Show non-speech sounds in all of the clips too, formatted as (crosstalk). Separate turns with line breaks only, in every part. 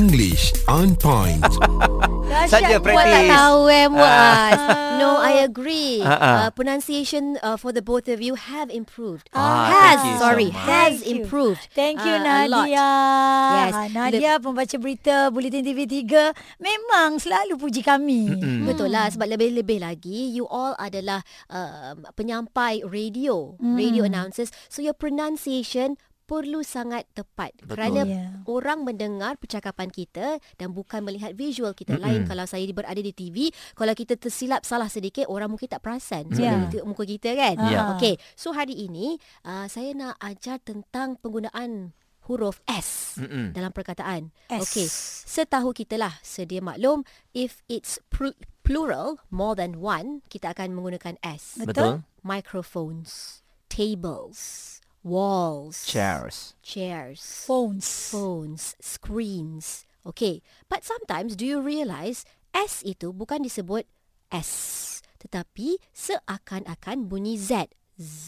English on point.
Dahsyat
Saja
buat tak
praktis.
tahu eh Muaz.
(laughs)
no, I agree.
Ah, ah.
Uh, pronunciation uh, for the both of you have improved.
Ah,
has,
thank you so
sorry,
much.
has
Thank you.
improved.
Thank you
Ah, a lot.
Nadia.
Yes.
Ah, Nadia pembaca berita Bulletin TV3 memang selalu puji kami.
Mm-mm.
Betul lah sebab lebih-lebih lagi you all adalah uh, penyampai radio,
Hmm.
mm. radio announcers. So your pronunciation perlu sangat tepat
Betul.
kerana
Ya.
orang mendengar percakapan kita dan bukan melihat visual kita mm-hmm. lain kalau saya berada di TV kalau kita tersilap salah sedikit orang mungkin tak perasan sebab
Ya. Ah.
yeah. tengok muka kita kan
Ya.
okey so hari ini uh, saya nak ajar tentang penggunaan huruf S
Mm-mm.
dalam perkataan
S.
okey Setahu kita lah, sedia maklum, if it's pru- plural, more than one, kita akan menggunakan S.
Betul.
Microphones, tables, walls,
Chairs.
chairs,
Phones.
phones, screens. Okay, but sometimes do you realise S itu bukan disebut S, tetapi seakan-akan bunyi Z. Z.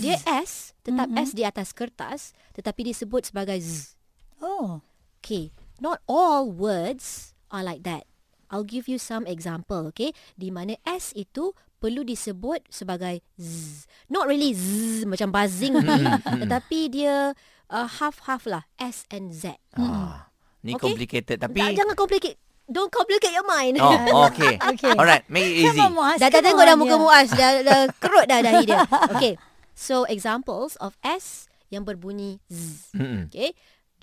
Dia S, tetap S di atas kertas, tetapi disebut sebagai Z.
Oh.
Okay, not all words are like that. I'll give you some example, okay? Di mana S itu perlu disebut sebagai z. Not really z macam buzzing
Hmm,
ni. Tetapi dia uh, half-half lah. S and Z.
Ah, ni
Hmm. Okay.
complicated tapi
Tak, jangan complicate. Don't complicate your mind.
(laughs) Oh, okay.
Okay.
Alright, make it easy.
Come on, Muaz.
(laughs) dah dah
Come
tengok dah
on,
muka
ya.
Muaz. Dah, dah kerut dah dahi dia. Okay. So, examples of S yang berbunyi z.
Mm-mm.
Okay.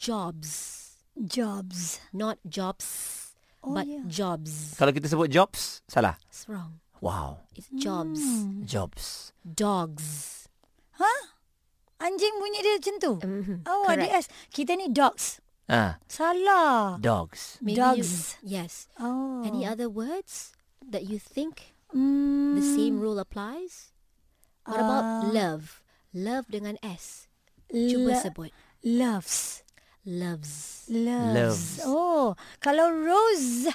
Jobs.
Jobs.
Not jobs.
Oh,
but
yeah.
jobs.
Kalau kita sebut jobs, salah.
It's wrong.
Wow.
It's jobs.
Jobs.
Dogs.
Anjing bunyi dia macam tu.
Mhm,
Oh, ada S.
correct.
Kita ni dogs.
Ah,
Salah.
dogs.
Maybe
Dogs.
You, yes.
Oh.
Any other words that you think
Mm.
the same rule applies? What
Ah.
about love? Love dengan S. Cuba
Lo-
sebut.
Loves.
Loves.
Loves.
Loves.
Oh, kalau rose.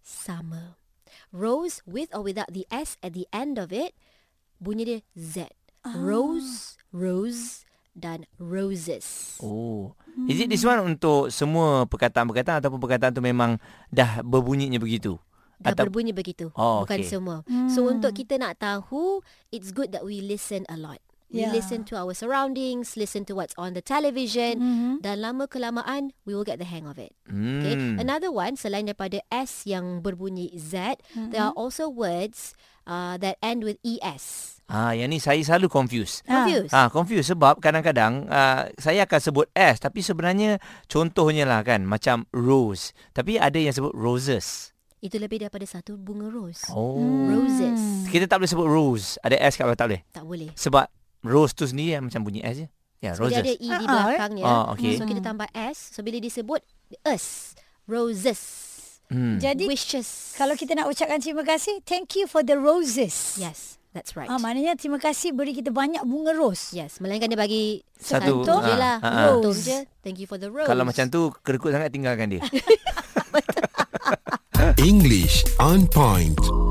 Summer. Rose with or without the S at the end of it, bunyi dia Z.
Ah.
Rose, rose dan roses.
Oh. Is it
Hmm.
this one untuk semua perkataan-perkataan ataupun perkataan tu memang dah berbunyinya begitu?
Dah
Atau-
berbunyi begitu.
Oh,
bukan
okay.
semua. So untuk kita nak tahu, it's good that we listen a lot. We
Yeah.
listen to our surroundings, listen to what's on the television. Mm-hmm. Dan lama kelamaan, we will get the hang of it. Okay.
Hmm.
Another one, selain daripada S yang berbunyi Z, mm-hmm. there are also words uh, that end with ES.
Ah, yang ni saya selalu confuse.
Confused?
Ah, confuse sebab kadang-kadang uh, saya akan sebut S tapi sebenarnya contohnya lah kan macam rose. Tapi ada yang sebut roses.
Itu lebih daripada satu bunga rose.
Oh.
Hmm. Roses.
Kita tak boleh sebut rose. Ada S kat bawah tak boleh.
Tak boleh.
Sebab rose tu sendiri yang macam bunyi S je. Ya, yeah,
So,
roses.
dia ada E di
Ah, ah,
belakangnya.
Ah, okay.
So kita tambah S. So bila disebut, us. Roses.
Hmm.
Jadi
Wishes.
kalau kita nak ucapkan terima kasih, thank you for the roses.
Yes, that's right.
Ah, maknanya terima kasih beri kita banyak bunga ros.
Yes, melainkan dia bagi
Satu,
Santum
ah,
je lah.
ah,
ah.
Santum
Rose.
je. Thank you for the rose.
Kalau macam tu kerekut sangat tinggalkan dia.
English on point.